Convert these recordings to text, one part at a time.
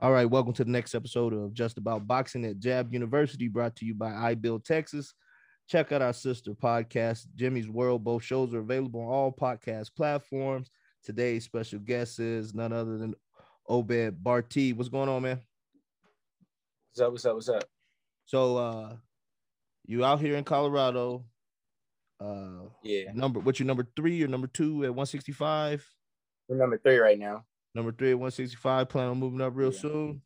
All right, welcome to the next episode of Just About Boxing at Jab University, brought to you by iBuild Texas. Check out our sister podcast, Jimmy's World. Both shows are available on all podcast platforms. Today's special guest is none other than Obed Barty. What's going on, man? What's up? What's up? What's up? So uh you out here in Colorado. Uh Yeah, number what's your number three or number two at 165? we're number three right now. Number three at 165, plan on moving up real Yeah. soon.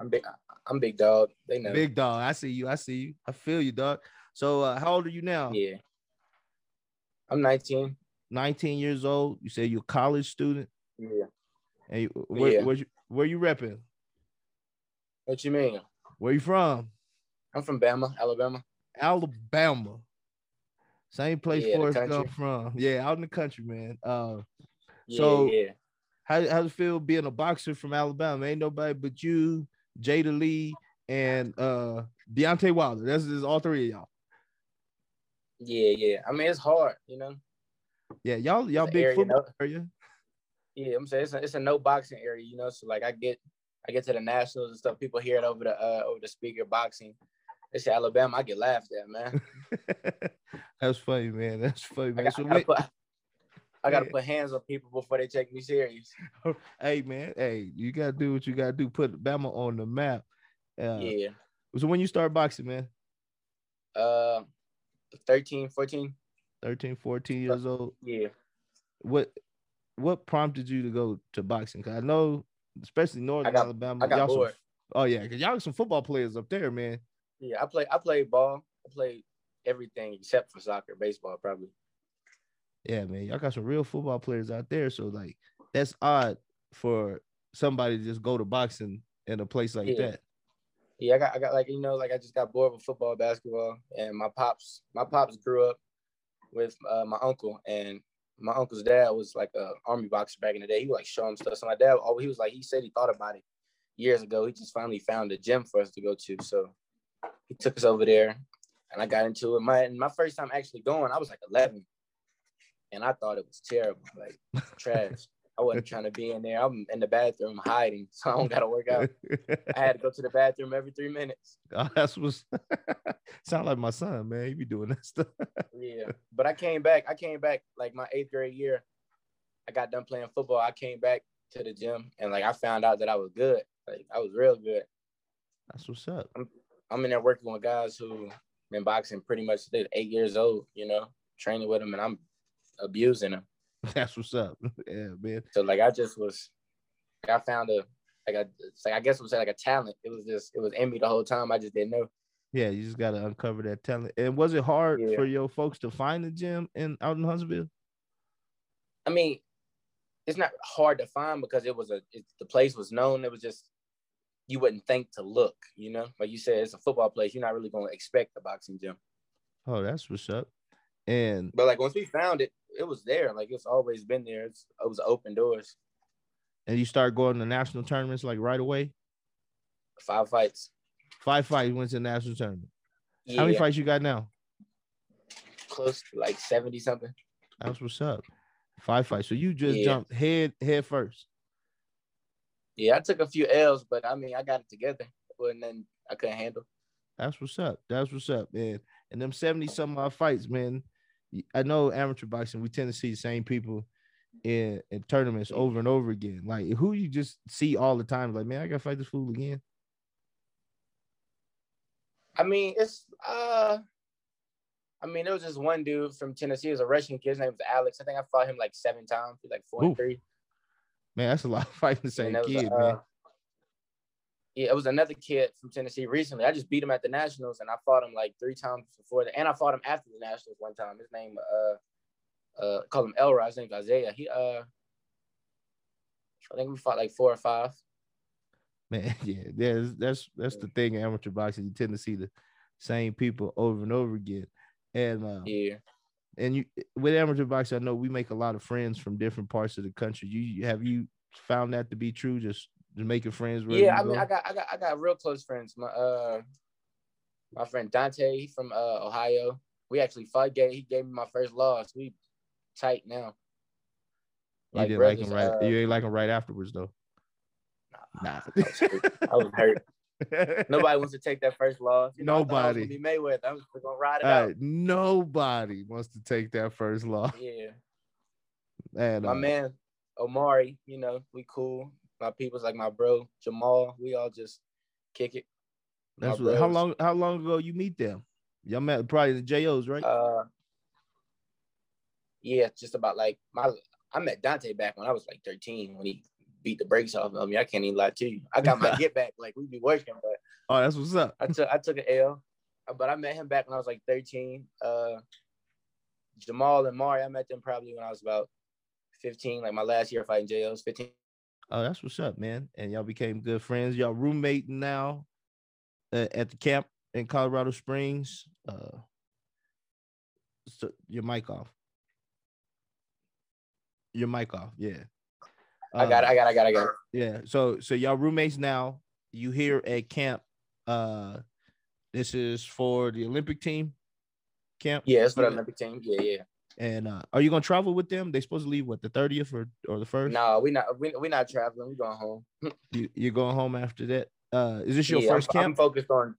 I'm big. I'm big dog. They know. Big dog. I see you. I see you. I feel you, dog. So uh how old are you now? Yeah. I'm 19. 19 years old. You say you're a college student. Yeah. And you, where, Yeah. where you where you repping? What you mean? Where you from? I'm from Bama, Alabama. Alabama. Same place Yeah, the Forrest country. Gump from. Yeah, out in the country, man. Uh, Yeah, So- yeah. how how does it feel being a boxer from Alabama? Ain't nobody but you, Jada Lee, and uh Deontay Wilder. That's just all three of y'all. Yeah, yeah. I mean, it's hard, you know. Yeah, y'all y'all an big area, football though. area. Yeah, I'm saying it's a, it's a no boxing area, you know. So like, I get I get to the nationals and stuff. People hear it over the uh, over the speaker boxing. They say Alabama. I get laughed at, man. That's funny, man. That's funny, I man. got, So I gotta, wait- put, I gotta Yeah. put hands on people before they take me serious. hey, man, hey, you gotta do what you gotta do. Put Bama on the map. Uh, yeah. So when you start boxing, man, Uh, 13, 14. 13, 14 years old. Yeah. what what prompted you to go to boxing? Cause I know, especially Northern got- Alabama. I got y'all some- bored. oh yeah, cause y'all some football players up there, man. Yeah, I play. I played ball. I played everything except for soccer, baseball, probably. Yeah, man, y'all got some real football players out there. So like, that's odd for somebody to just go to boxing in a place like Yeah. that. Yeah, I got. I got like you know, like I just got bored with football, basketball, and my pops. My pops grew up with uh, my uncle, and my uncle's dad was like a army boxer back in the day. He would, like show him stuff. So my dad, oh, he was like, he said he thought about it years ago. He just finally found a gym for us to go to. So he took us over there, and I got into it. My my first time actually going, I was like 11, and I thought it was terrible, like trash. I wasn't trying to be in there. I'm in the bathroom hiding, so I don't got to work out. I had to go to the bathroom every three minutes. Oh, that's what's sound like my son, man. He be doing that stuff. Yeah, but I came back. I came back like my eighth grade year. I got done playing football. I came back to the gym and like I found out that I was good. Like I was real good. That's what's up. I'm in there working with guys who been boxing pretty much since they was eight years old. You know, training with them and I'm abusing them. That's what's up. Yeah, man. So like I just was, I found a like I it's like I guess it was like a talent. It was just it was in me the whole time. I just didn't know. Yeah, you just gotta uncover that talent. And was it hard Yeah. for your folks to find a gym in out in Huntsville? I mean, it's not hard to find because it was a it, the place was known. It was just you wouldn't think to look, you know. Like you said, it's a football place. You're not really going to expect a boxing gym. Oh, that's what's up. And But like once we found it, it was there. Like it's always been there. It's, it was open doors. and you start going to national tournaments like right away. Five fights. Five fights went to the national tournament. Yeah, How many fights you got now? close to like seventy something. That's what's up. Five fights. So you just Yeah. jumped head head first. Yeah, I took a few L's, but I mean, I got it together. It wasn't nothing I couldn't handle. That's what's up. That's what's up, man. And them 70 some odd fights, man. y- I know amateur boxing, we tend to see the same people in, in tournaments over and over again. Like who you just see all the time, like, man, I gotta fight this fool again. I mean, it's uh I mean, there was this one dude from Tennessee. He was a Russian kid. His name was Alex. I think I fought him like seven times. He's like four Ooh, and three. Man, that's a lot of fighting the And same there was a, kid, uh, man. yeah, it was another kid from Tennessee recently. I just beat him at the Nationals, and I fought him like three times before that, and I fought him after the Nationals one time. His name, uh, uh, call him Elrod. His name's Isaiah. He, uh, I think we fought like four or five. Man, yeah, that's that's that's the thing in amateur boxing. You tend to see the same people over and over again. And uh, Yeah, and you with amateur boxing, I know we make a lot of friends from different parts of the country. You- You have you found that to be true? Just, just making friends. wherever yeah. you I mean, go? I got, I got, I got real close friends. My, uh, my friend Dante he from uh, Ohio. We actually fought. Gave, he gave me my first loss. We tight now. you didn't like him right. brothers, uh, you ain't like him right afterwards though. Nah. I was hurt. I was hurt. Nobody wants to take that first loss. You know, I thought I was Nobody. gonna be Mayweather. I'm just gonna ride it All right, nobody wants to take that first loss. out. Yeah. And, My uh, man Omari, you know, we cool. My people's like my bro Jamal. We all just kick it. My that's what, how bros. long how long ago you meet them? Y'all met probably the JOs, right? Uh, yeah, it's just about like my. I met Dante back when I was like 13 when he beat the brakes off of me. I can't even lie to you. I got my get back. Like we be working, but oh, that's what's up. I took I took an L, but I met him back when I was like 13. Uh, Jamal and Mari, I met them probably when I was about 15, like my last year fighting JLs, 15. Oh, that's what's up, man. And y'all became good friends. Y'all roommate now uh, at the camp in Colorado Springs. Uh, so your mic off. Your mic off. Yeah. I got, it, Uh, I got, it, I got, it, I got. it. Yeah. So so y'all roommates now. You here at camp. Uh, this is for the Olympic team camp. Yeah, that's for the Olympic team. Yeah, yeah. And uh, are you gonna travel with them? They supposed to leave what the thirtieth or or the first? No, we not, we we not traveling. We going home. You, you're going home after that. Uh, is this your Yeah, I'm- first I'm, camp? focused on.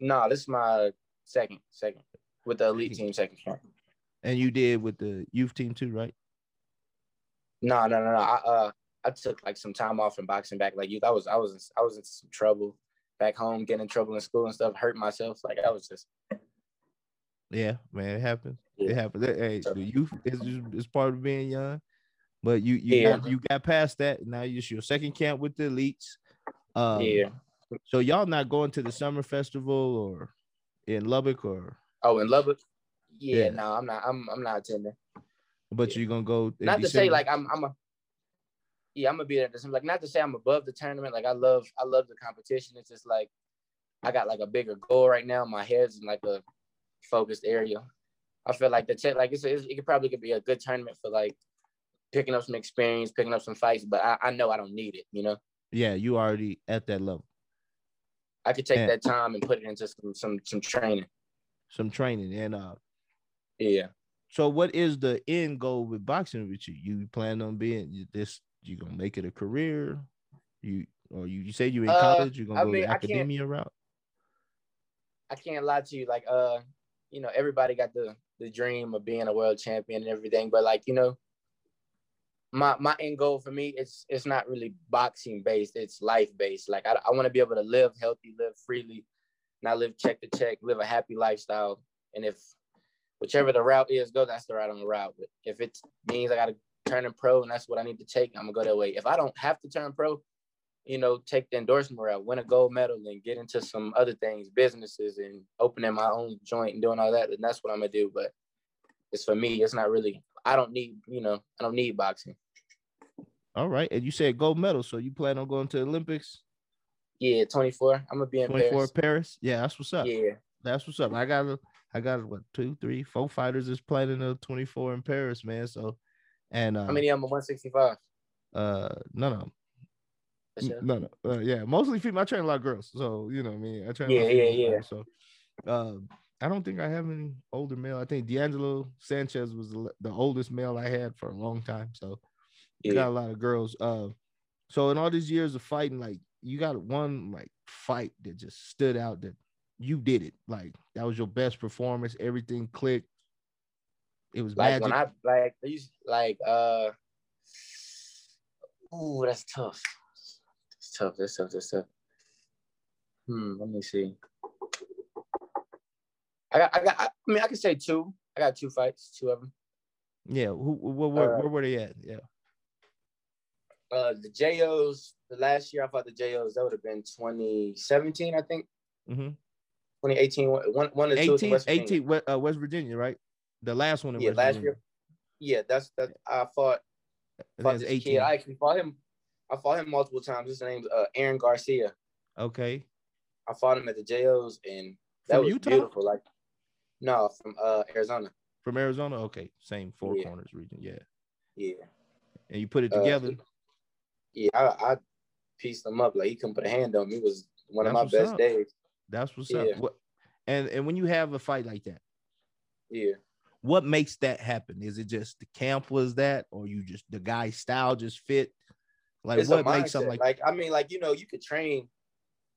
No, this is my second, second with the elite Second. team, second camp. and you did with the youth team too, right? No, no, no, no. I uh, I took like some time off from boxing back. Like you, I was, I was, in, I was in some trouble back home, getting in trouble in school and stuff, hurt myself. Like I was just, Yeah, man, it happens. It Yeah. happens. Hey, So- the youth is just- it's part of being young, but you you Yeah. got, you got past that. Now it's your second camp with the elites. Um, yeah. So y'all not going to the summer festival or in Lubbock or, Oh, in Lubbock. Yeah, Yeah. no, I'm not. I'm, I'm not attending. but Yeah. you're gonna go. in not to say December? like I'm I'm a yeah, I'm gonna be there. This- Like not to say I'm above the tournament. Like I love I love the competition. It's just like I got like a bigger goal right now. My head's in like a focused area. I feel like the tech like it's, it's it could probably could be a good tournament for like picking up some experience, picking up some fights. But I, I know I don't need it. You know, yeah, you already at that level. I could take Yeah. that time and put it into some some some training. Some training and uh. Yeah. So what is the end goal with boxing with you? You plan on being you- this? You gonna make it a career? You or you, you say you in Uh, college? You gonna I go mean, the I can't- academia route? I can't lie to you. Like, uh, you know, everybody got the the dream of being a world champion and everything, but like, you know, my my end goal for me, it's it's not really boxing based. It's life based. Like, I I want to be able to live healthy, live freely, not live check to check, live a happy lifestyle. And if whichever the route is, go that's the route I'm gonna route with. If it means I gotta turn in pro and that's what I need to take, I'm gonna go that way. If I don't have to turn pro, you know, take the endorsement route, win a gold medal, and get into some other things, businesses, and opening my own joint and doing all that, then that's what I'm gonna do. But it's for me. It's not really. I don't need. You know, I don't need boxing. All right, and you said gold medal, so you plan on going to Olympics? Yeah, 24. I'm gonna be in Twenty four Paris. Paris. Yeah, that's what's up. Yeah, That's what's up. I got a- I got what two, three, four fighters is planning a twenty four in Paris, man. So, and uh, how many of them are 165? uh, no, no, For N- sure. No, no, uh, yeah, mostly female. I train a lot of girls, so you know, what I mean, I train. a lot of Yeah, yeah, female fighters, So, um, I don't think I have any older male. I think D'Angelo Sanchez was the, le- the oldest male I had for a long time. So, you Yeah. got a lot of girls. Uh, so in all these years of fighting, like you got one like fight that just stood out that you did it. Like that was your best performance. Everything clicked. It was Like magic. when I like these like uh. Ooh, that's tough. That's tough. That's tough. That's tough. Hmm. Let me see. I got. I got. I mean, I can say two. I got two fights. Two of them. yeah. Who, wh- wh- where, Uh, where were they at? Yeah. Uh, the JOs. The last year I fought the JOs. That would have been 2017, I think. Mm-hmm. 2018. One. One one of the two. was 18, in West Virginia. 18 we- uh, West Virginia, right? The last one in Yeah, West last Virginia. year. Yeah, that's that. I fought. I think fought it's this 18. kid. I actually fought him. I fought him multiple times. His name's uh, Aaron Garcia. okay. I fought him at the JOs and that From was Utah? beautiful. Like no, from uh Arizona. From Arizona? Okay. Same four Yeah. corners region. Yeah. Yeah. And you put it Uh, together. Yeah. I, I pieced him up. Like he couldn't put a hand on me. It was one That's of my what's best up. days. That's what's yeah. up. What and and when you have a fight like that, Yeah. what makes that happen? Is it just the camp was that, or you just the guy's style just fit? Like it's what a makes mindset. something like, like I mean, like you know, you could train,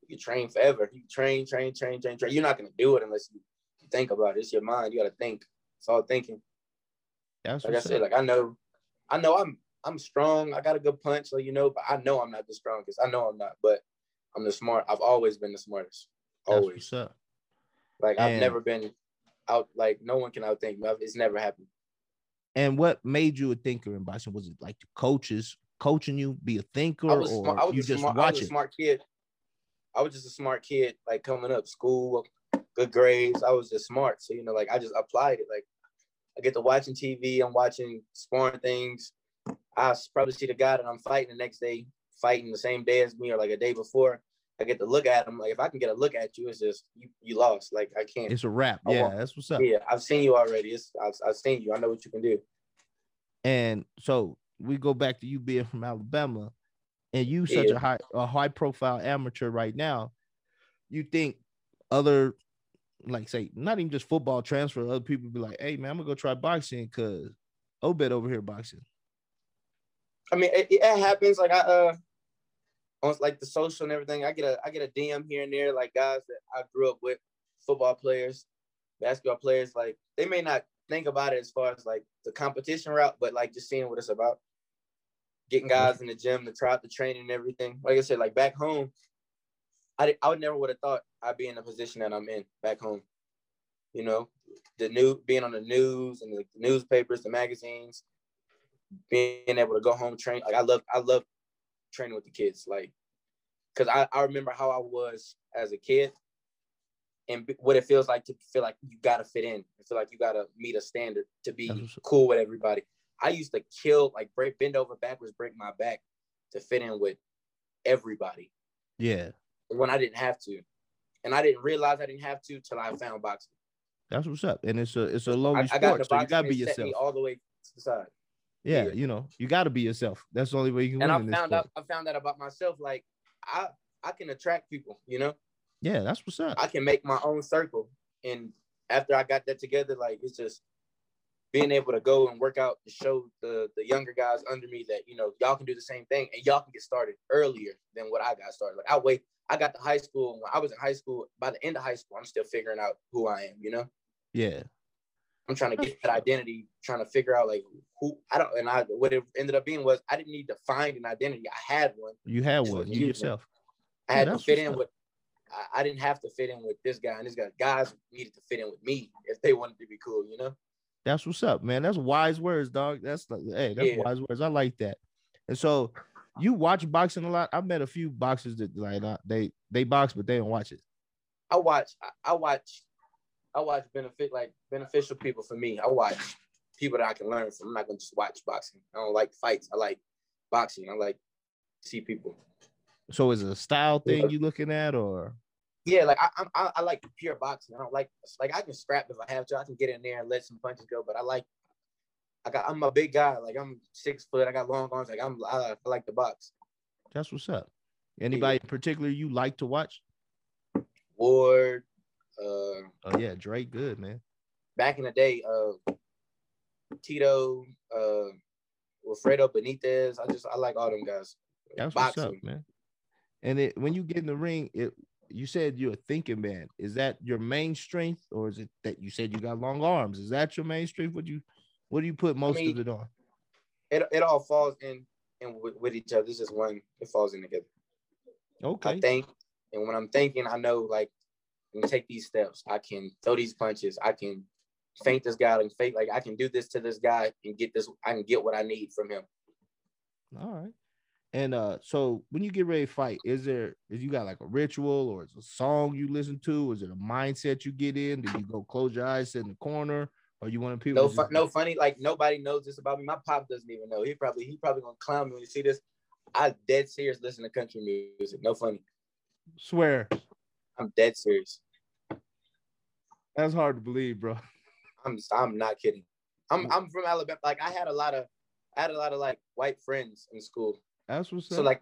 you could train forever. You could train, train, train, train, train. You're not gonna do it unless you, you think about it. It's your mind. You gotta think. It's all thinking. that's Like I what's said, up. like I know, I know I'm I'm strong. I got a good punch, like you know, but I know I'm not the strongest. I know I'm not, but I'm the smart. I've always been the smartest. That's Always. what's up. Like I've And- never been out. Like no one can outthink me. I've- It's never happened. And what made you a thinker in boxing? Was it like the coaches coaching you be a thinker, I was, or smart, I was you a just smart, I was watch a it? smart kid. I was just a smart kid, like coming up, school, good grades. I was just smart. So, you know, like I just applied it. Like I get to watching TV, I'm watching sparring things. I s- probably see the guy that I'm fighting the next day, fighting the same day as me or like a day before. I get to look at him. Like if I can get a look at you, it's just you, you lost. Like I can't. It's a wrap. I Yeah, want- that's what's up. yeah, I've seen you already. It's, I've, I've seen you. I know what you can do. And so we go back to you being from Alabama, and you such Yeah. a high a high profile amateur right now. You think other like say not even just football transfer, other people be like, hey man, I'm gonna go try boxing because Obed over here boxing. I mean, it, it happens. Like I, uh, on like the social and everything, I get a I get a DM here and there, like guys that I grew up with, football players, basketball players. Like they may not think about it as far as like the competition route, but like just seeing what it's about, getting guys in the gym to try out the training and everything. Like I said, like back home, I di- I would never would have thought I'd be in the position that I'm in back home. You know, the new being on the news and the newspapers, the magazines being able to go home train like i love i love training with the kids like because I, I remember how i was as a kid and b- what it feels like to feel like you gotta fit in i feel like you gotta meet a standard to That's be what's up. cool with everybody i used to kill like break bend over backwards break my back to fit in with everybody Yeah, when i didn't have to and i didn't realize i didn't have to till i found boxing that's what's up. And it's a it's a I, lonely I got sport, in the so you boxing gotta be and it set yourself. me all the way to the side yeah, yeah. you know, you gotta be yourself. That's the only way you can win and I in this found sport. out I found out about myself. Like I I can attract people, you know. Yeah, that's what's up. I can make my own circle, and after I got that together, like it's just being able to go and work out to show the the younger guys under me that you know y'all can do the same thing and y'all can get started earlier than what I got started. Like I wait, I got to high school when I was in high school. By the end of high school, I'm still figuring out who I am. You know, yeah, I'm trying to get that identity, trying to figure out like who I don't. And I what it ended up being was I didn't need to find an identity. I had one. you had Just one. like You you, man. yourself. I Yeah, had to that's fit what's in up. with. I, I didn't have to fit in with this guy and this guy. Guys needed to fit in with me if they wanted to be cool, you know. That's what's up, man. That's wise words, dog. That's like, hey, that's Yeah. wise words. I like that. And so, you watch boxing a lot. I've met a few boxers that like uh, they they box, but they don't watch it. I watch. I, I watch. I watch benefit like beneficial people for me. I watch people that I can learn from. I'm not gonna just watch boxing. I don't like fights. I like boxing. I like to see people. So is it a style Yeah. thing you looking at, or Yeah, like I, I'm- I, I like pure boxing. I don't like like I can scrap if I have to. I can get in there and let some punches go. But I like, I got. I'm a big guy. Like I'm six foot. I got long arms. Like I'm. I, I like the box. that's what's up. Anybody in particular you like to watch? Ward. Uh, Oh yeah, Drake, good man. back in the day, uh, Tito, uh, Wilfredo Benitez. I just I like all them guys. That's what's Boxing. up, man. And it when you get in the ring, it you said you're a thinking man. Is that your main strength, or is it that you said you got long arms? Is that your main strength? What do you what do you put most mean- of it on? It it all falls in and with, with each other. This is one. It falls in together. I Okay, think, and when I'm thinking, I know like I can take these steps. I can throw these punches. I can faint this guy and fake like I can do this to this guy and get this. I can get what I need from him. all right. And uh, so when you get ready to fight, is there if you got like a ritual or is a song you listen to? Is it a mindset you get in? Do you go close your eyes, sit in the corner, or you want to people? No, to fun, just- no funny. Like nobody knows this about me. My pop doesn't even know. He probably he probably gonna clown me when you see this. I dead serious listen to country music. No funny. swear I'm dead serious. that's hard to believe, bro. I'm I'm not kidding. I'm Mm. I'm from Alabama. Like I had a lot of I had a lot of like white friends in school. That's what's So up. like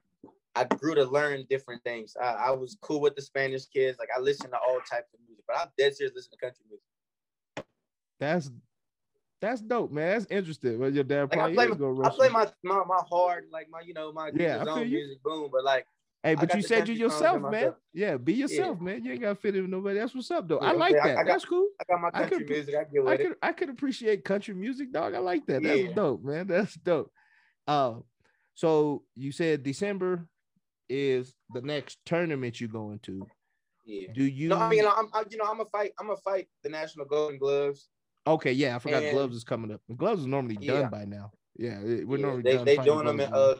I grew to learn different things. I, I was cool with the Spanish kids. Like I listened to all types of music, but I'm dead serious listening to country music. That's That's dope, man. That's interesting. Well, your dad Like I probably play is my, gonna I rush play you. my, my my hard, like my you know my Yeah, I zone feel you. music, boom. But like Hey, I but got you the said you country songs yourself, in man. myself. Yeah, be yourself, man. You ain't gotta fit in with nobody. That's what's up, though. Yeah, I I'm like saying, I- that. I got- That's cool. I got my I country could- music, I get with I it. could I could appreciate country music, dog. I like that. That's Yeah. dope, man. That's dope. Uh, so you said December is the next tournament you go into. yeah. Do you? No, I mean uh, I'm I, you know I'm a fight I'm a fight the National Golden Gloves. okay, yeah, I forgot and- gloves is coming up. Gloves is normally done Yeah. by now. Yeah, it- we're Yeah, normally they done. they fighting doing them gloves in now. uh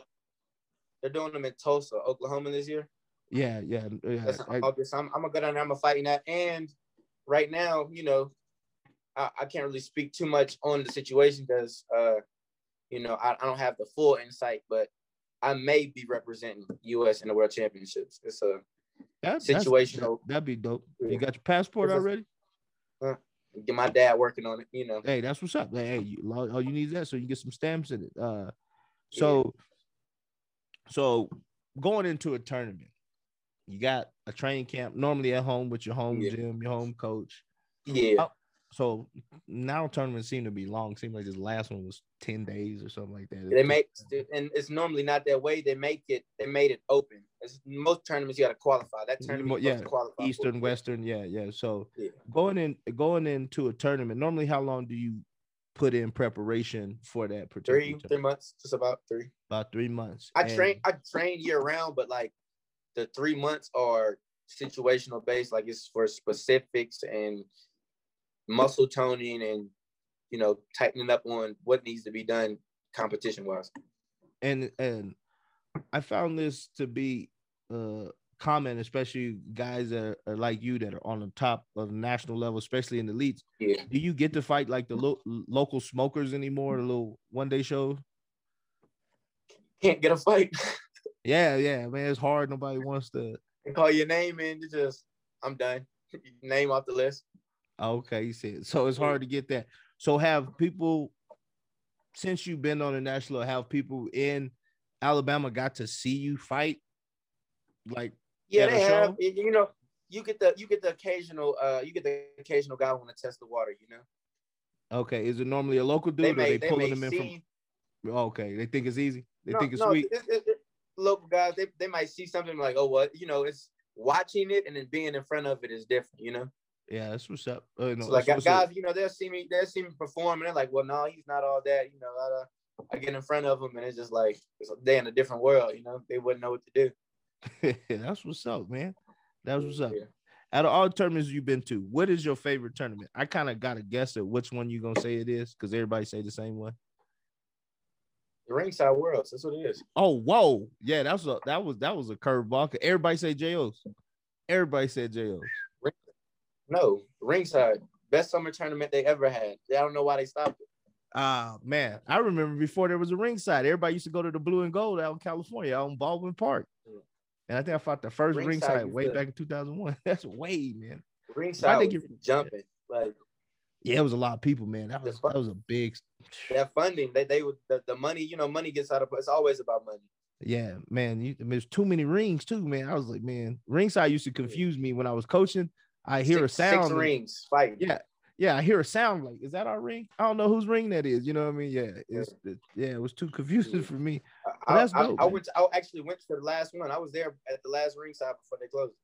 they're doing them in Tulsa, Oklahoma this year. yeah, yeah, yeah. That's in I- August. I'm I'm gonna go down there. I'm gonna fight in that. And right now, you know, I, I can't really speak too much on the situation because uh, you know, I, I don't have the full insight, but I may be representing US in the world championships. It's uh, a that- that's- situational. That, would be dope. Yeah. You got your passport It's a- already? get my dad working on it, you know. Hey, that's what's up. Hey, hey, you, all all you need is that so you can get some stamps in it. Uh, Yeah. so, so going into a tournament, you got a training camp normally at home with your home Yeah. gym, your home coach. Yeah. Oh. So now tournaments seem to be long. Seemed like this last one was ten days or something like that. They make and it's normally not that way. They make it they made it open. It's, most tournaments you gotta qualify. That tournament Yeah, yeah, qualify for. Eastern, Western, yeah, yeah. So Yeah. going in, going into a tournament, normally how long do you put in preparation for that particular? three, three tournament? months, just about three. About three months. I And- train I train year round, but like the three months are situational based, like it's for specifics and muscle toning and you know, tightening up on what needs to be done competition wise. and and I found this to be uh common, especially guys that are, are like you that are on the top of national level, especially in the elites. Yeah. Do you get to fight like the lo- local smokers anymore? The little one day show? Can't get a fight. Yeah, yeah, man, it's hard. Nobody wants to. They call your name and you just I'm done. name off the list. oh, Okay, you said so. It's hard to get that. So have people since you've been on the national, have people in Alabama got to see you fight? Like, Yeah, At a they show? have. y- You know, you get the you get the occasional uh you get the occasional guy want to test the water. You know, okay, is it normally a local dude they or may they they, pulling may them in from? see. Oh, Okay, they think it's easy. They no, think it's no, sweet. it- it- it- local guys, they they might see something like, oh, what you know, it's watching it and then being in front of it is different. You know, Yeah, that's what's up. Uh, no, so like that's guys, what's up. you know, they'll see me they'll see me perform and they're like, well, no, he's not all that. You know, I, uh, I get in front of them and it's just like it's, they in a different world. You know, they wouldn't know what to do. that's what's up, man. That's what's up. Yeah. Out of all the tournaments you've been to, what is your favorite tournament? I kind of got a guess at which one you're gonna say it is because everybody say the same one. The ringside worlds, that's what it is. Oh, whoa, yeah, that's a that was that was a curveball. 'cause Everybody say JOs. Everybody said JOs. No, ringside, best summer tournament they ever had. I don't know why they stopped. it. Ah man, I remember before there was a ringside. Everybody used to go to the Blue and Gold out in California, out in Baldwin Park. Yeah. And I think I fought the first Ringside ringside, used way to- back in 2001. That's way, man. Ringside think was it- jumping. Like Yeah, it was a lot of people, man. That The was fu- that was a big that funding, they they would the, the money, you know, money gets out of it's always about money. Yeah, man, you, there's too many rings too, man. I was like, man, ringside used to confuse me when I was coaching. I hear a Six- sound. Six and- rings fighting. Yeah, yeah, I hear a sound. Like, is that our ring? I don't know whose ring that is. You know what I mean? Yeah, it's, it- yeah, it was too confusing Yeah. for me. I, Well, that's I, dope, I man. went. To, I actually went to the last one. I was there at the last ringside before they closed.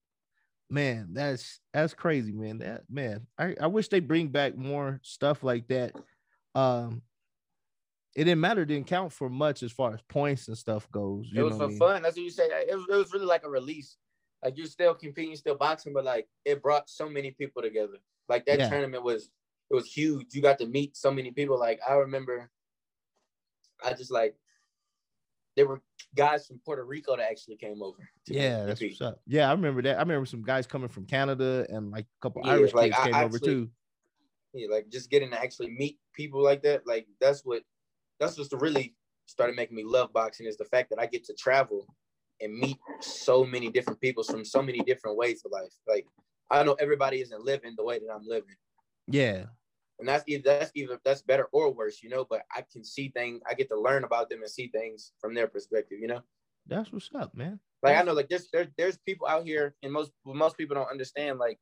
Man, that's that's crazy, man. That man, I, I wish they bring back more stuff like that. Um, it didn't matter, it didn't count for much as far as points and stuff goes. It You was know for what I mean? fun. That's what you say. It was, it was really like a release. Like you're still competing, still boxing, but like it brought so many people together. Like that Yeah. tournament was it was huge. You got to meet so many people. Like I remember, I just like there were guys from Puerto Rico that actually came over. to Yeah, that's compete. what's up. Yeah, I remember that. I remember some guys coming from Canada and like a couple Yeah, Irish like, kids I- came I over actually- too. yeah, like just getting to actually meet people like that, like that's what that's what's really started making me love boxing is the fact that I get to travel and meet so many different people from so many different ways of life. Like I know everybody isn't living the way that I'm living. Yeah, And that's either that's either that's better or worse, you know, but I can see things I get to learn about them and see things from their perspective, you know? that's what's up, man. Like I know, like there's there, there's people out here, and most well, most people don't understand. Like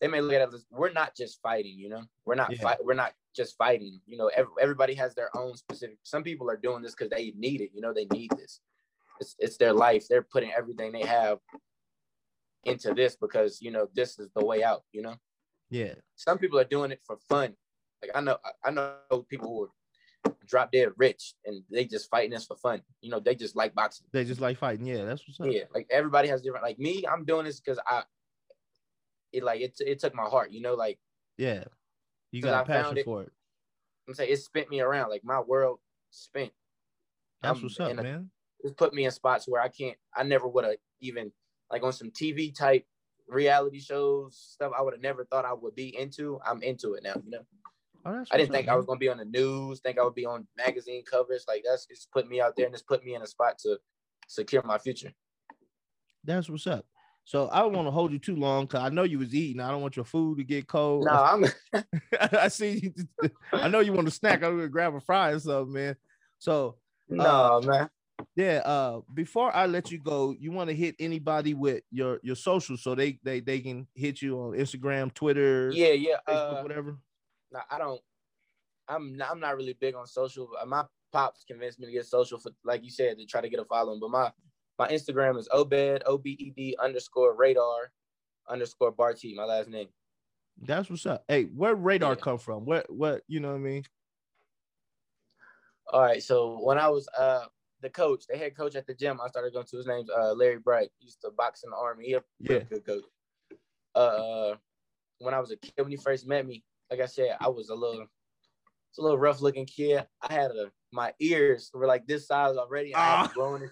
they may look at us, we're not just fighting, you know, we're not Yeah. fight, we're not just fighting. You know, every, everybody has their own specific. Some people are doing this because they need it. You know, they need this. It's it's their life. They're putting everything they have into this because you know this is the way out. You know, Yeah. some people are doing it for fun. Like I know I know people who are drop dead rich and they just fighting this for fun. You know, they just like boxing. They just like fighting. Yeah, that's what's up. Yeah, like everybody has different. Like me, I'm doing this because I. It like it, it took my heart, you know. Like Yeah. You 'Cause got I a passion found it- for it. I'm saying, it spent me around. Like my world spent. That's I'm what's up, in a- man. It's put me in spots where I can't. I never would have even like on some TV type reality shows stuff. I would have never thought I would be into. I'm into it now. You know, Oh, that's I didn't what's think up, I was man. gonna be on the news. Think I would be on magazine covers. Like that's it's put me out there and it's put me in a spot to secure my future. That's what's up. So I don't want to hold you too long because I know you was eating. I don't want your food to get cold. No, I'm. I see. You, I know you want a snack. I'm gonna grab a fry or something, man. So Um, No, man. yeah, uh, before I let you go, you want to hit anybody with your your social so they they they can hit you on Instagram, Twitter, Yeah, yeah. Facebook, Uh, whatever. no, I don't. I'm not, I'm not really big on social. Uh, My pops convinced me to get social for, like you said, to try to get a following. But my my Instagram is obed o b e d underscore radar underscore barty. My last name. That's what's up. Hey, where radar Yeah. come from? What what you know what I mean? All right. So when I was uh the coach, the head coach at the gym, I started going to his name's uh Larry Bright. He used to box in the army. He a Yeah. real good coach. Uh, when I was a kid, when he first met me, like I said, I was a little. It's a little rough looking kid. I had a my ears were like this size already. And I Ah. hadn't grown. in-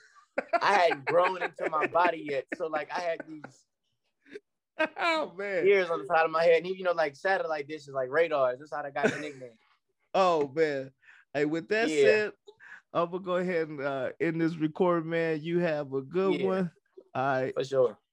I hadn't grown into my body yet, so like I had these oh man. ears on the side of my head, and he, you know, like satellite dishes, like radars. That's how I got the nickname. Oh man. Hey, with that Yeah. said, I'm gonna go ahead and uh, end this record, man. You have a good Yeah. one. All right. For sure.